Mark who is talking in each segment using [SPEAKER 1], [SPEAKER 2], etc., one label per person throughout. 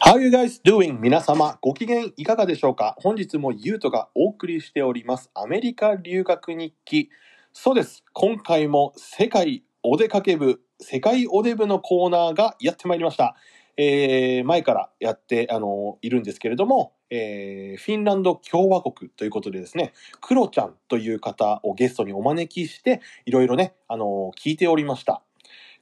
[SPEAKER 1] How you guys doing? 皆様、ご機嫌いかがでしょうか本日もゆうとがお送りしております、アメリカ留学日記。そうです。今回も世界お出かけ部、世界お出部のコーナーがやってまいりました。えー前からやって、あのいるんですけれども、えーフィンランド共和国ということでですね、クロちゃんという方をゲストにお招きして、いろいろね、あの聞いておりました。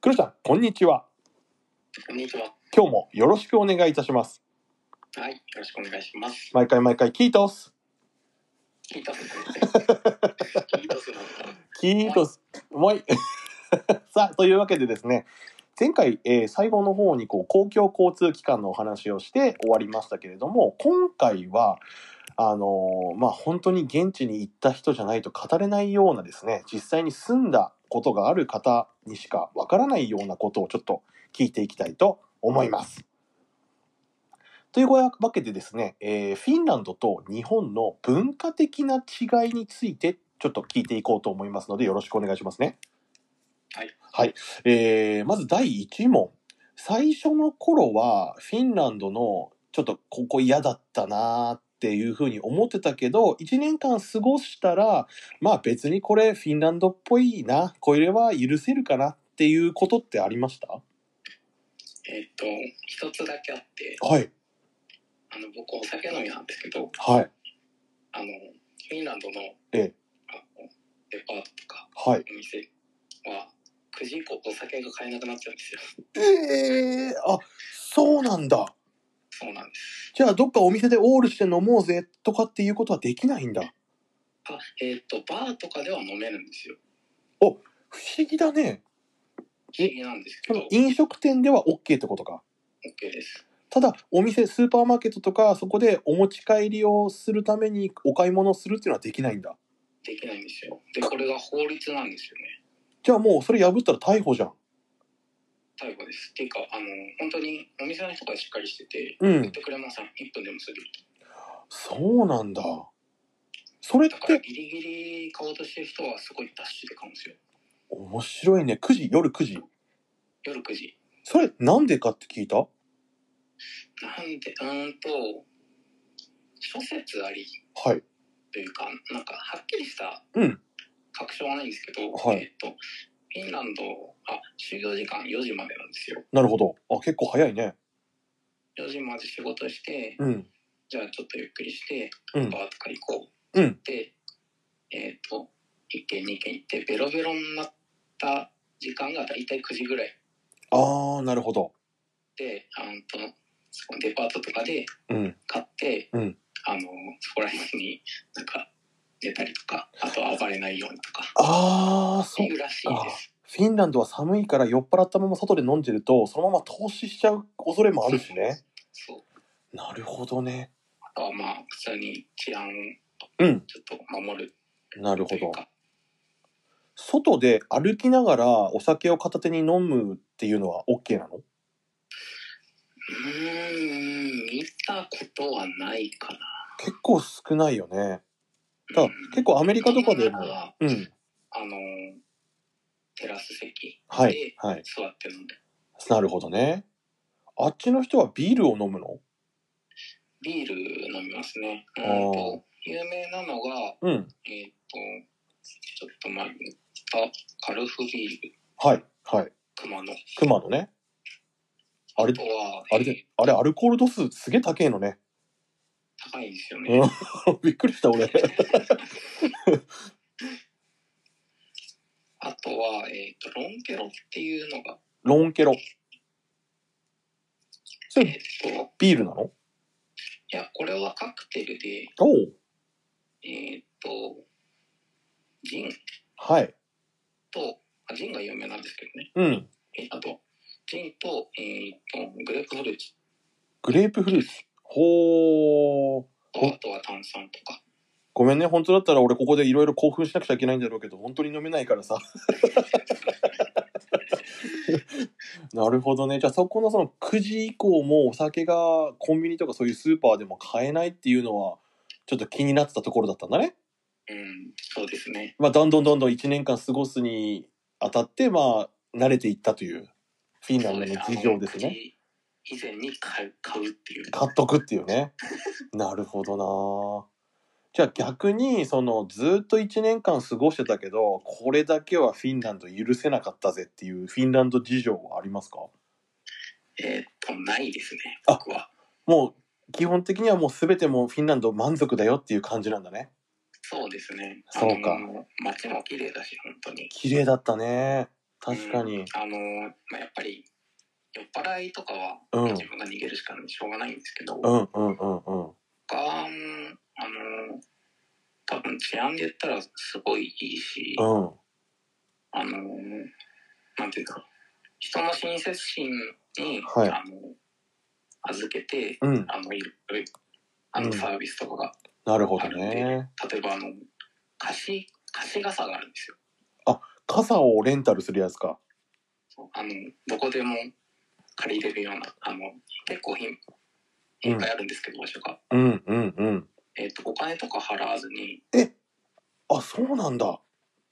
[SPEAKER 1] クロちゃん、こんにちは。
[SPEAKER 2] こんにちは。
[SPEAKER 1] 今日もよろしくお願いいたします。
[SPEAKER 2] はい、よろしくお願いします。
[SPEAKER 1] 毎回毎回キートス
[SPEAKER 2] キートス。 キートスの。
[SPEAKER 1] キートスもうい さあというわけでですね前回、えー最後の方にこう公共交通機関のお話をして終わりましたけれども今回はあのーまあ本当に現地に行った人じゃないと語れないようなですね実際に住んだことがある方にしかわからないようなことをちょっと聞いていきたいと思います。というわけでですね、えーフィンランドと日本の文化的な違いについてちょっと聞いていこうと思いますのでよろしくお願いしますね。
[SPEAKER 2] はい。
[SPEAKER 1] はい。えーまず第1問。最初の頃はフィンランドのちょっとここ嫌だったなーっていうふうに思ってたけど、1年間過ごしたら、まあ別にこれフィンランドっぽいな、これは許せるかなっていうことってありました
[SPEAKER 2] えーっと、一つだけあって、
[SPEAKER 1] はい。
[SPEAKER 2] あの、僕お酒飲みなんですけど、
[SPEAKER 1] はい。
[SPEAKER 2] あの、フィンランドの。
[SPEAKER 1] ええ
[SPEAKER 2] あの、デパートとか、
[SPEAKER 1] はい。
[SPEAKER 2] お店は。9時以降お酒が買えなくなっちゃうんですよ。
[SPEAKER 1] ええあ、そうなんだ。
[SPEAKER 2] そうなんです。
[SPEAKER 1] じゃあ、どっかお店でオールして飲もうぜとかっていうことはできないんだ。
[SPEAKER 2] あ、えーっと、バーとかでは飲めるんですよ。
[SPEAKER 1] 不思議だね。
[SPEAKER 2] 不思議なんですけ
[SPEAKER 1] そ
[SPEAKER 2] ど、
[SPEAKER 1] の
[SPEAKER 2] OK
[SPEAKER 1] 飲食店では OK ってことか。
[SPEAKER 2] です。
[SPEAKER 1] ただ、お店、スーパーマーケットとか、そこでお持ち帰りをするためにお買い物をするっていうのはできないんだ。
[SPEAKER 2] できないんですよ。で、これが法律なんですよね。
[SPEAKER 1] じゃあもう、それ破ったら逮捕じゃん。
[SPEAKER 2] 逮捕です。っていうか、あの、本当にお店の人がしっかりしてて、
[SPEAKER 1] う
[SPEAKER 2] 言っ
[SPEAKER 1] ん。
[SPEAKER 2] てくれません。1分でもする。
[SPEAKER 1] そうなんだ。それっ
[SPEAKER 2] だから
[SPEAKER 1] て、
[SPEAKER 2] ギリギリ買おうとしてる人はすごいダッシュで買うんですよ
[SPEAKER 1] 面白いね。9時、夜9時。
[SPEAKER 2] 夜9時
[SPEAKER 1] それ、なんでかって聞いた
[SPEAKER 2] なんでうーんと諸説あり
[SPEAKER 1] はい。
[SPEAKER 2] というかなんかはっきりした
[SPEAKER 1] うん
[SPEAKER 2] 確証はないんですけど、
[SPEAKER 1] はい
[SPEAKER 2] えっ、とフィンランドあ就業時間4時までなんですよ
[SPEAKER 1] なるほど。あ、結構早いね。
[SPEAKER 2] 4時まで仕事して
[SPEAKER 1] うん。
[SPEAKER 2] じゃあちょっとゆっくりして
[SPEAKER 1] うん
[SPEAKER 2] バ。ーとか行こう
[SPEAKER 1] うん
[SPEAKER 2] でえっ、と1軒2軒行ってベロベロになった時間が大体9時ぐらい
[SPEAKER 1] ああ、なるほど。
[SPEAKER 2] であのとそのデパートとかで
[SPEAKER 1] うん。
[SPEAKER 2] 買って、
[SPEAKER 1] うん
[SPEAKER 2] あのそこら辺になんか寝たりとかあとは暴れないようにとか
[SPEAKER 1] ああ、
[SPEAKER 2] い
[SPEAKER 1] そう。
[SPEAKER 2] うらしいです
[SPEAKER 1] フィンランドは寒いから酔っ払ったまま外で飲んでると、そのまま凍死しちゃう恐れもあるしね。
[SPEAKER 2] そ う
[SPEAKER 1] なるほどね。
[SPEAKER 2] あとはまあ普通に治安を
[SPEAKER 1] うん。
[SPEAKER 2] ちょっと守る
[SPEAKER 1] なる
[SPEAKER 2] と
[SPEAKER 1] ほ
[SPEAKER 2] いう
[SPEAKER 1] ど。
[SPEAKER 2] か
[SPEAKER 1] 外で歩きながらお酒を片手に飲むっていうのは OK なの
[SPEAKER 2] うーん見たことはないかな
[SPEAKER 1] 結構少ないよね。だ
[SPEAKER 2] う
[SPEAKER 1] から
[SPEAKER 2] ん
[SPEAKER 1] 結構アメリカとかで
[SPEAKER 2] 飲みなが
[SPEAKER 1] も。
[SPEAKER 2] ら
[SPEAKER 1] うん。
[SPEAKER 2] あのテラス席
[SPEAKER 1] はい。はい
[SPEAKER 2] で。座って飲んで
[SPEAKER 1] なるほどね。あっちの人はビールを飲むの
[SPEAKER 2] ビール飲みますねう
[SPEAKER 1] あ
[SPEAKER 2] ん
[SPEAKER 1] ー
[SPEAKER 2] と有名なのが
[SPEAKER 1] うん。
[SPEAKER 2] えっ、とちょっと前に言ったカルフビール
[SPEAKER 1] はい。はい。
[SPEAKER 2] 熊野
[SPEAKER 1] 熊のね。あれ
[SPEAKER 2] あと、は、
[SPEAKER 1] あれ
[SPEAKER 2] えー
[SPEAKER 1] で、あれアルコール度数すげえ高えのね。
[SPEAKER 2] 高いんですよね。
[SPEAKER 1] うんびっくりした俺。
[SPEAKER 2] あとは、えっ、と、ロンケロっていうのが、
[SPEAKER 1] ロンケロ。そ
[SPEAKER 2] え
[SPEAKER 1] れ
[SPEAKER 2] っ、と、
[SPEAKER 1] ビールなの
[SPEAKER 2] いや、これはカクテルで、
[SPEAKER 1] おお。
[SPEAKER 2] えっ、と、ジン
[SPEAKER 1] はい。
[SPEAKER 2] と、あジンが有名なんですけどね。
[SPEAKER 1] うん。
[SPEAKER 2] えあと、ジンと、えっ、と、グレープフルーツ
[SPEAKER 1] グレープフルーツ。ほー。
[SPEAKER 2] と、あとは炭酸とか。
[SPEAKER 1] ごめんね、本当だったら俺ここでいろいろ興奮しなくちゃいけないんだろうけど、本当に飲めないから さ。なるほどね。じゃあそこのその9時以降もお酒がコンビニとかそういうスーパーでも買えないっていうのは、ちょっと気になってたところだったんだね。
[SPEAKER 2] うん、そうですね。
[SPEAKER 1] まあ、どんどんどんどん1年間過ごすにあたって、まあ、慣れていったという、フィンランドの事情です
[SPEAKER 2] そう
[SPEAKER 1] ね。
[SPEAKER 2] ね。以前に買う買うっていう。
[SPEAKER 1] 買っとくっていうね。 なるほどなじゃあ逆に、その、ずっと1年間過ごしてたけど、これだけはフィンランド許せなかったぜっていうフィンランド事情はありますか
[SPEAKER 2] えーっと、ないですね、
[SPEAKER 1] あ
[SPEAKER 2] 僕は。
[SPEAKER 1] もう、基本的にはもう全てもうフィンランド満足だよっていう感じなんだね。
[SPEAKER 2] そうですね。
[SPEAKER 1] そうか
[SPEAKER 2] あの街も綺麗だし、本当に。
[SPEAKER 1] 綺麗だったね。確か
[SPEAKER 2] う
[SPEAKER 1] に
[SPEAKER 2] ん。あの、まあ、やっぱり、酔っ払いとかは、
[SPEAKER 1] うん
[SPEAKER 2] 自分が逃げるしかしょうがないんですけど、
[SPEAKER 1] うんうんうんうん。
[SPEAKER 2] 他もあの、多分治安で言ったらすごいいいし、
[SPEAKER 1] うん。
[SPEAKER 2] あの、なんていうか、人の親切心に、
[SPEAKER 1] はい
[SPEAKER 2] あの、預けて、
[SPEAKER 1] うん。
[SPEAKER 2] あの、いる、あ
[SPEAKER 1] う
[SPEAKER 2] の
[SPEAKER 1] ん
[SPEAKER 2] サービスとかが、
[SPEAKER 1] なるほどね。
[SPEAKER 2] 例えばあの、貸し、貸し傘があるんですよ。
[SPEAKER 1] 傘をレンタルするやつか。
[SPEAKER 2] そうあの、どこでも借りれるような、あの、結構品、いっぱいあるんですけど、場所が。
[SPEAKER 1] うんうんうん。
[SPEAKER 2] えっ、と、お金とか払わずに、
[SPEAKER 1] あ、そうなんだ。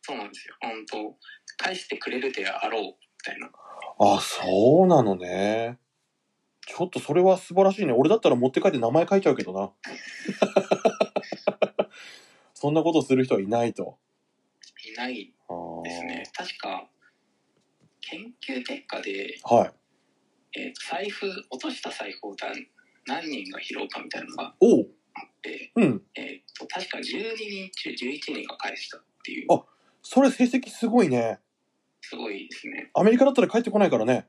[SPEAKER 2] そうなんですよ。本当返してくれるであろう、みたいな。
[SPEAKER 1] あ、そうなのね。ちょっとそれは素晴らしいね。俺だったら持って帰って名前書いちゃうけどな。 そんなことする人はいないと。
[SPEAKER 2] いない
[SPEAKER 1] あー
[SPEAKER 2] ですね。確か、研究結果で、
[SPEAKER 1] はい。
[SPEAKER 2] えーと財布落とした財布を何何人が拾うかみたいなのがあ
[SPEAKER 1] おう。
[SPEAKER 2] って、
[SPEAKER 1] うん。
[SPEAKER 2] えー、と確か12人中11人が返したっていう
[SPEAKER 1] あそれ成績すごいね。
[SPEAKER 2] すごいですね
[SPEAKER 1] アメリカだったら帰ってこないからね。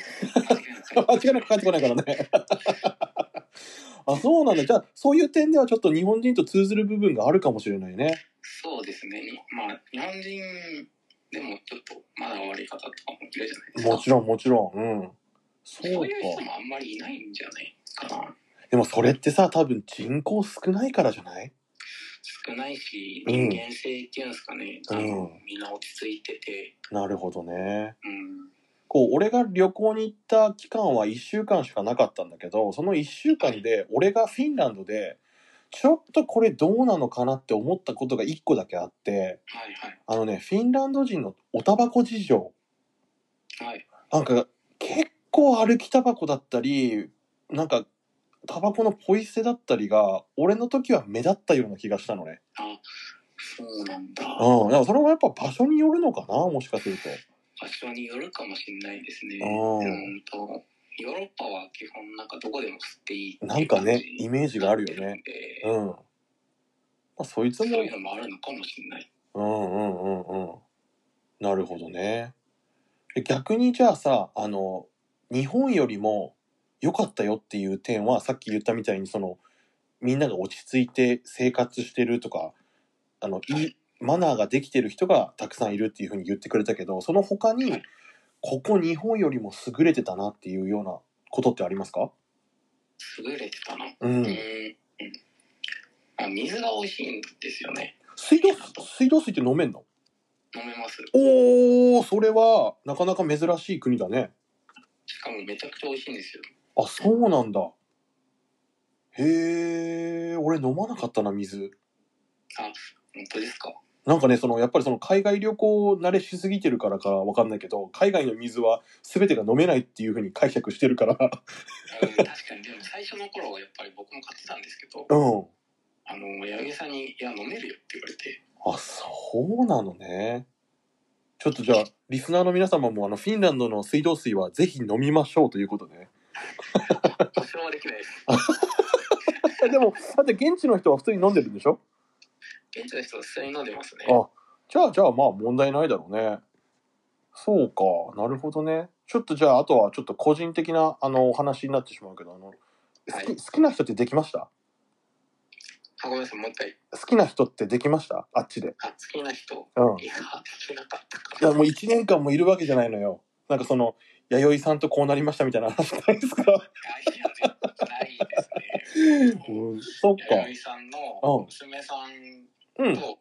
[SPEAKER 1] 間違いなく帰ってこないからね。 あ、そうなんだ。じゃあ、そういう点ではちょっと日本人と通ずる部分があるかもしれないね。
[SPEAKER 2] そうですねにまあ日本人でもちょっとまだ終わり方とかもいるじゃないですか
[SPEAKER 1] もちろんもちろん。うん。そ
[SPEAKER 2] そうういう人
[SPEAKER 1] か。
[SPEAKER 2] もあんまりいないんじゃないかな
[SPEAKER 1] でもそれってさ、多分人口少ないからじゃない
[SPEAKER 2] 少ないし
[SPEAKER 1] う
[SPEAKER 2] 人
[SPEAKER 1] ん
[SPEAKER 2] 間性っていうんですかね、あ
[SPEAKER 1] う
[SPEAKER 2] の
[SPEAKER 1] ん
[SPEAKER 2] みんな落ち着いてて
[SPEAKER 1] なるほどね。
[SPEAKER 2] うん
[SPEAKER 1] こう、俺が旅行に行った期間は1週間しかなかったんだけど、その1週間で俺がフィンランドで、ちょっとこれどうなのかなって思ったことが1個だけあって、
[SPEAKER 2] はいはい
[SPEAKER 1] あのね、フィンランド人のおタバコ事情。
[SPEAKER 2] はい
[SPEAKER 1] なんか、結構歩きタバコだったり、なんか、タバコのポイ捨てだったりが、俺の時は目立ったような気がしたのね。
[SPEAKER 2] そうなんだ
[SPEAKER 1] うん、だからそれもやっぱ場所によるのかなもしかすると。
[SPEAKER 2] 場所によるかもしれないですね。
[SPEAKER 1] うん
[SPEAKER 2] うんとヨーロッパは基本なんかどこでも吸っていいっていう
[SPEAKER 1] なんかね
[SPEAKER 2] 感、じ
[SPEAKER 1] イメージがあるよね。
[SPEAKER 2] で
[SPEAKER 1] うん。まあ、そいつ
[SPEAKER 2] そう
[SPEAKER 1] も、
[SPEAKER 2] いうのもあるのかもしれない。
[SPEAKER 1] うんうんうんうん。なるほどね。え逆にじゃあさ、あの、日本よりも良かったよっていう点は、さっき言ったみたいに、その、みんなが落ち着いて生活してるとか、あの、いい、マナーができてる人がたくさんいるっていうふうに言ってくれたけど、その他に、ここ日本よりも優れてたなっていうようなことってありますか
[SPEAKER 2] 優れてたな。
[SPEAKER 1] う。
[SPEAKER 2] うんん。あ水が美味しいんですよね。
[SPEAKER 1] 水道水、水道水って飲めんの
[SPEAKER 2] 飲めます。
[SPEAKER 1] おー、それは、なかなか珍しい国だね。
[SPEAKER 2] しかもめちゃくちゃ美味しいんですよ。
[SPEAKER 1] あ、そうなんだ。へー、俺飲まなかったな、水。
[SPEAKER 2] 本当で すか。
[SPEAKER 1] なんかね、その、やっぱりその海外旅行慣れしすぎてるからかわかんないけど、海外の水は全てが飲めないっていうふうに解釈してるから。
[SPEAKER 2] うん確かにでも最初の頃はやっぱり僕も買ってたんですけど、
[SPEAKER 1] うん。
[SPEAKER 2] あの八木さんにいや飲めるよって言われて、
[SPEAKER 1] あ、そうなのね。ちょっとじゃあ、リスナーの皆様も、あの、フィンランドの水道水はぜひ飲みましょうということで。
[SPEAKER 2] 保証はできないです。
[SPEAKER 1] えでも、だって現地の人は普通に飲んでるんでしょ
[SPEAKER 2] 現地の人は普通に飲んでますね。
[SPEAKER 1] あ、じゃあ、じゃあ、まあ問題ないだろうね。そうか、なるほどね。ちょっとじゃあ、あとはちょっと個人的な、あの、お話になってしまうけど、あの、好き,、
[SPEAKER 2] はい
[SPEAKER 1] 好きな人ってできました
[SPEAKER 2] あごめんなさいもう一回。
[SPEAKER 1] 好きな人ってできましたあっちで。
[SPEAKER 2] あ好きな人。
[SPEAKER 1] うん。
[SPEAKER 2] いや、できなかった
[SPEAKER 1] い
[SPEAKER 2] か。
[SPEAKER 1] や、もう1年間もいるわけじゃないのよ。なんかその、弥生さんとこうなりましたみたいな話ないですか
[SPEAKER 2] 大事ないですね。
[SPEAKER 1] うん、そっか。
[SPEAKER 2] 弥生さん
[SPEAKER 1] うん
[SPEAKER 2] の娘さん
[SPEAKER 1] うん。
[SPEAKER 2] と、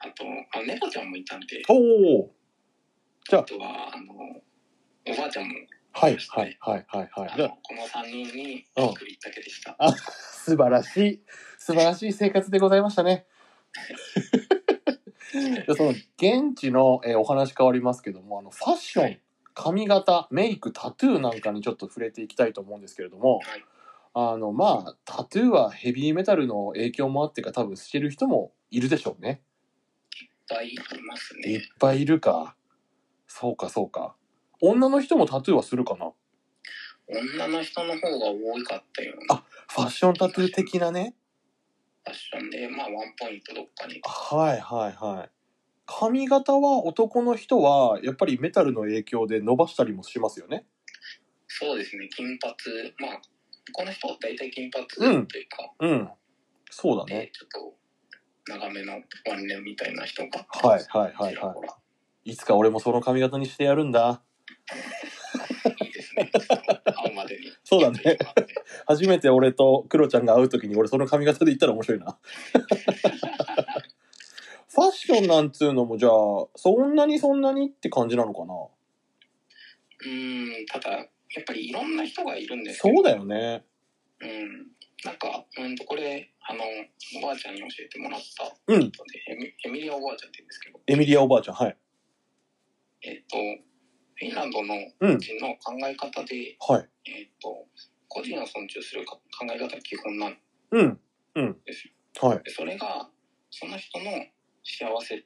[SPEAKER 2] あと、あ猫ちゃんもいたんで、
[SPEAKER 1] おお。
[SPEAKER 2] あとは、あの、おばあちゃんも、
[SPEAKER 1] はい、はい、はい、はい、はい
[SPEAKER 2] あ
[SPEAKER 1] じゃ
[SPEAKER 2] の
[SPEAKER 1] あ。
[SPEAKER 2] この3人に
[SPEAKER 1] うん
[SPEAKER 2] 送りだけでした。
[SPEAKER 1] 素晴らしい、素晴らしい生活でございました ね。じゃあその現地の、えーお話変わりますけども、あのファッション髪型、メイク、タトゥーなんかにちょっと触れていきたいと思うんですけれども、
[SPEAKER 2] はい
[SPEAKER 1] あの、まあ、タトゥーはヘビーメタルの影響もあってか、多分してる人もいるでしょうね。
[SPEAKER 2] ぱいいます
[SPEAKER 1] いっ
[SPEAKER 2] ね。
[SPEAKER 1] ぱいいるか。そうか、そうか。女の人もタトゥーはするかな
[SPEAKER 2] 女の人の方が多かったような
[SPEAKER 1] ファッションタトゥー的なね。
[SPEAKER 2] ファッションで、まあ、ワンポイントどっかに。
[SPEAKER 1] はい、はい、はい。髪型は男の人は、やっぱりメタルの影響で伸ばしたりもしますよね。
[SPEAKER 2] そうですね、金髪。まあ、この人は大体金髪
[SPEAKER 1] うん
[SPEAKER 2] というか、
[SPEAKER 1] うん。そうだ
[SPEAKER 2] で
[SPEAKER 1] ね。
[SPEAKER 2] ちょっと長めのワンレンみたいな人が。
[SPEAKER 1] はい、はい、はい、
[SPEAKER 2] ちら
[SPEAKER 1] は
[SPEAKER 2] ほら
[SPEAKER 1] い。いつか俺もその髪型にしてやるんだ。
[SPEAKER 2] いいです ね。会うまでに。
[SPEAKER 1] そうだね
[SPEAKER 2] ちょっと今まで
[SPEAKER 1] 初めて俺とクロちゃんが会う時に俺その髪型で行ったら面白いなファッションなんつうのもじゃあそんなにそんなにって感じなのかな
[SPEAKER 2] うーん、ただ、やっぱりいろんな人がいるんですけど
[SPEAKER 1] そうだよね
[SPEAKER 2] うん、なんか、うんと、これ、あの、おばあちゃんに教えてもらったこ
[SPEAKER 1] うん
[SPEAKER 2] とで、エミエミリアおばあちゃんって言うんですけど、
[SPEAKER 1] エミリアおばあちゃんはい
[SPEAKER 2] えっと、フィンランドの
[SPEAKER 1] うん
[SPEAKER 2] 人の考え方で、
[SPEAKER 1] はい
[SPEAKER 2] えっと、個人を尊重するか考え方が基本なん
[SPEAKER 1] うんうん
[SPEAKER 2] ですよ。
[SPEAKER 1] はい
[SPEAKER 2] でそれが、その人の幸せっ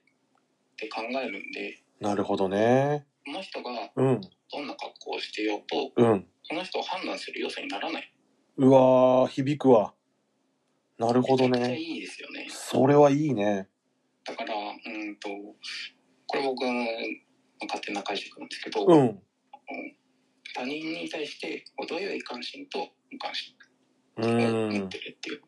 [SPEAKER 2] て考えるんで、
[SPEAKER 1] なるほどね
[SPEAKER 2] その人が
[SPEAKER 1] うん
[SPEAKER 2] どんな格好をしてようと、
[SPEAKER 1] うん
[SPEAKER 2] その人を判断する要素にならない。
[SPEAKER 1] うわー響くわなるほど
[SPEAKER 2] めちゃくちゃ
[SPEAKER 1] ね
[SPEAKER 2] いいですよね。
[SPEAKER 1] それはいいね
[SPEAKER 2] だから、うんと、これ僕の勝手な解釈なんですけど、
[SPEAKER 1] うん
[SPEAKER 2] 他人に対して程よい関心と無関心
[SPEAKER 1] う
[SPEAKER 2] を持
[SPEAKER 1] ん
[SPEAKER 2] ってるっていう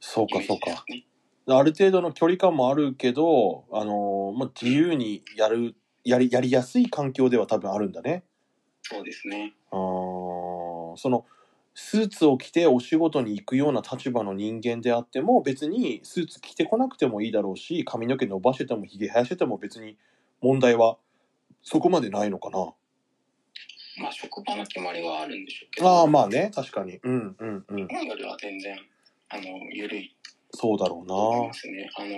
[SPEAKER 1] そう
[SPEAKER 2] イ
[SPEAKER 1] か
[SPEAKER 2] メ
[SPEAKER 1] そ
[SPEAKER 2] ー
[SPEAKER 1] う
[SPEAKER 2] ジです
[SPEAKER 1] か
[SPEAKER 2] かね。
[SPEAKER 1] ある程度の距離感もあるけど、あのーまあ、自由にやるやりやりやすい環境では多分あるんだね。
[SPEAKER 2] そうですね。
[SPEAKER 1] あーそのスーツを着てお仕事に行くような立場の人間であっても別にスーツ着てこなくてもいいだろうし髪の毛伸ばしててもひげ生やしてても別に問題はそこまでないのかな。
[SPEAKER 2] まあ職場の決まりはあるんでしょうけど、
[SPEAKER 1] ああまあね確かに。うんうんうん。
[SPEAKER 2] 日本よりは全然あの緩い
[SPEAKER 1] そうだろ
[SPEAKER 2] と思いま
[SPEAKER 1] う
[SPEAKER 2] すね。あの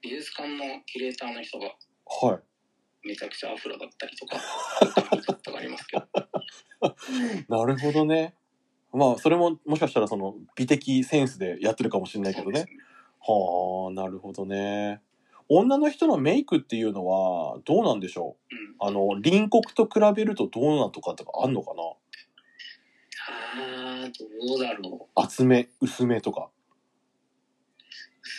[SPEAKER 2] 美術館のキュレーターの人が
[SPEAKER 1] な。はい。
[SPEAKER 2] めちゃくちゃアフロだったり とか、髪型とかありますけど、
[SPEAKER 1] なるほどね。まあそれももしかしたらその美的センスでやってるかもしれないけどね。はあなるほどね女の人のメイクっていうのはどうなんでしょ
[SPEAKER 2] そうです
[SPEAKER 1] う
[SPEAKER 2] ね。
[SPEAKER 1] あの隣国と比べるとどうなんとかとかあんのかな
[SPEAKER 2] うん。ああどうだろう。
[SPEAKER 1] 厚め薄めとか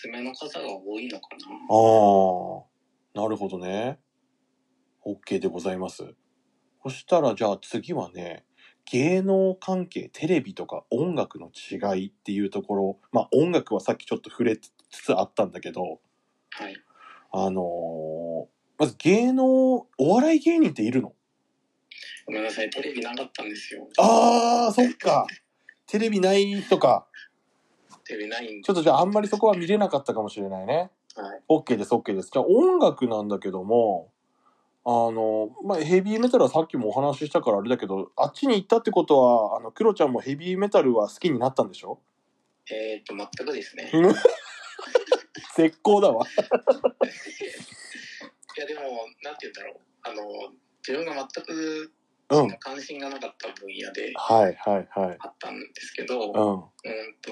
[SPEAKER 2] 娘の方が多いのかな。
[SPEAKER 1] ああなるほどね OK でございますそしたらじゃあ次はね芸能関係テレビとか音楽の違いっていうところまあ音楽はさっきちょっと触れつつあったんだけど
[SPEAKER 2] はい。
[SPEAKER 1] あのーまず芸能お笑い芸人っているの
[SPEAKER 2] ごめんなさい、テレビなかったんですよ。
[SPEAKER 1] あー、そっか。テレビないとか。
[SPEAKER 2] テレビないんで
[SPEAKER 1] ちょっとじゃああんまりそこは見れなかったかもしれないね。
[SPEAKER 2] はい。
[SPEAKER 1] OK です、OK です。じゃあ音楽なんだけども、あの、まあ、ヘビーメタルはさっきもお話ししたからあれだけど、あっちに行ったってことは、あの、クロちゃんもヘビーメタルは好きになったんでし ょ
[SPEAKER 2] えー、っと、全くですね。
[SPEAKER 1] 絶好だわ。
[SPEAKER 2] いやでも、なんて言うんだろう。あの、自分が全く
[SPEAKER 1] うん。
[SPEAKER 2] 関心がなかった分野で
[SPEAKER 1] はい、はい、はい。
[SPEAKER 2] あったんですけど、う
[SPEAKER 1] う
[SPEAKER 2] ん
[SPEAKER 1] ん。も
[SPEAKER 2] と、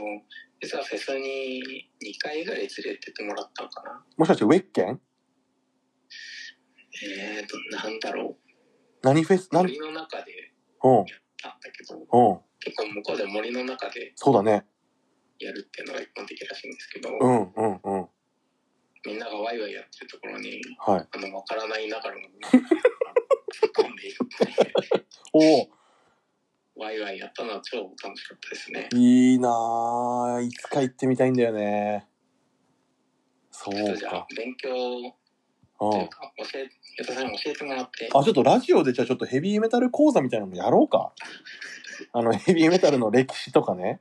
[SPEAKER 2] 実はフェスに2回ぐらい連れてってもらったのかな。
[SPEAKER 1] しかしてウェッケン
[SPEAKER 2] えー、っと、なんだろ
[SPEAKER 1] 何フェス
[SPEAKER 2] う。
[SPEAKER 1] 何
[SPEAKER 2] 森の中で
[SPEAKER 1] うん。
[SPEAKER 2] やったんだけど、
[SPEAKER 1] うん。
[SPEAKER 2] 結構向こうで森の中で
[SPEAKER 1] そうだね。
[SPEAKER 2] やるっていうのが一般的らしいんですけど、
[SPEAKER 1] うん、うん、うん。
[SPEAKER 2] みんながワイワイやってるところに、
[SPEAKER 1] はい。
[SPEAKER 2] あの、わからないなが らも、突っ込んでいって。
[SPEAKER 1] おー
[SPEAKER 2] ワイワイやったのは超楽しかったですね。
[SPEAKER 1] いいなぁ。いつか行ってみたいんだよね。そ
[SPEAKER 2] ちょっと
[SPEAKER 1] う
[SPEAKER 2] じゃあ
[SPEAKER 1] か。
[SPEAKER 2] 勉強と
[SPEAKER 1] う。
[SPEAKER 2] いうんか教え、矢田さんに教えてもらって、
[SPEAKER 1] あ、ちょっとラジオでじゃあちょっとヘビーメタル講座みたいなのやろう か。あの、ヘビーメタルの歴史とかね。
[SPEAKER 2] はい、い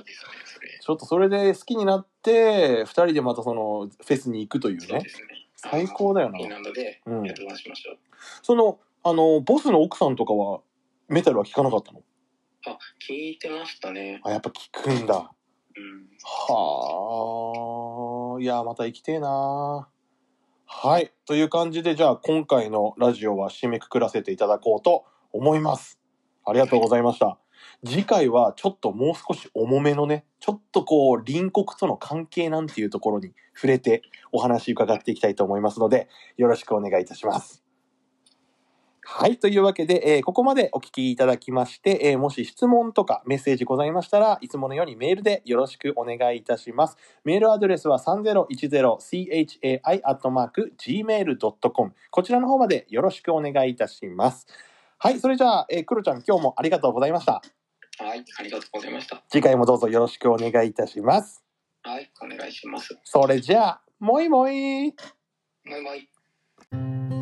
[SPEAKER 2] いですね、それ。
[SPEAKER 1] ちょっとそれで好きになって、二人でまたそのフェスに行くという
[SPEAKER 2] そう
[SPEAKER 1] ね
[SPEAKER 2] で。すね。
[SPEAKER 1] 最高だよ
[SPEAKER 2] あ
[SPEAKER 1] な
[SPEAKER 2] のフィン。ランドで
[SPEAKER 1] うん
[SPEAKER 2] や。ってましましょう。
[SPEAKER 1] その、あの、ボスの奥さんとかは、メタルは聞かなかったの
[SPEAKER 2] あ、聞いてましたね。
[SPEAKER 1] あ、やっぱ聞くんだ。
[SPEAKER 2] うん。
[SPEAKER 1] はあ。いや、また行きてえなはい。という感じで、じゃあ今回のラジオは締めくくらせていただこうと思います。ありがとうございました。次回はちょっともう少し重めのね、ちょっとこう、隣国との関係なんていうところに触れてお話伺っていきたいと思いますので、よろしくお願いいたします。はい。というわけで、えーここまでお聞きいただきまして、えーもし質問とかメッセージございましたらいつものようにメールでよろしくお願いいたします。メールアドレスは 3010chai.gmail.com こちらの方までよろしくお願いいたします。はい、それじゃあ、えー、クロちゃん今日もありがとうございました。
[SPEAKER 2] はい、ありがとうございました。
[SPEAKER 1] 次回もどうぞよろしくお願いいたします。
[SPEAKER 2] はい、お願いします。
[SPEAKER 1] それじゃあ、もいもい
[SPEAKER 2] もいもい。
[SPEAKER 1] 「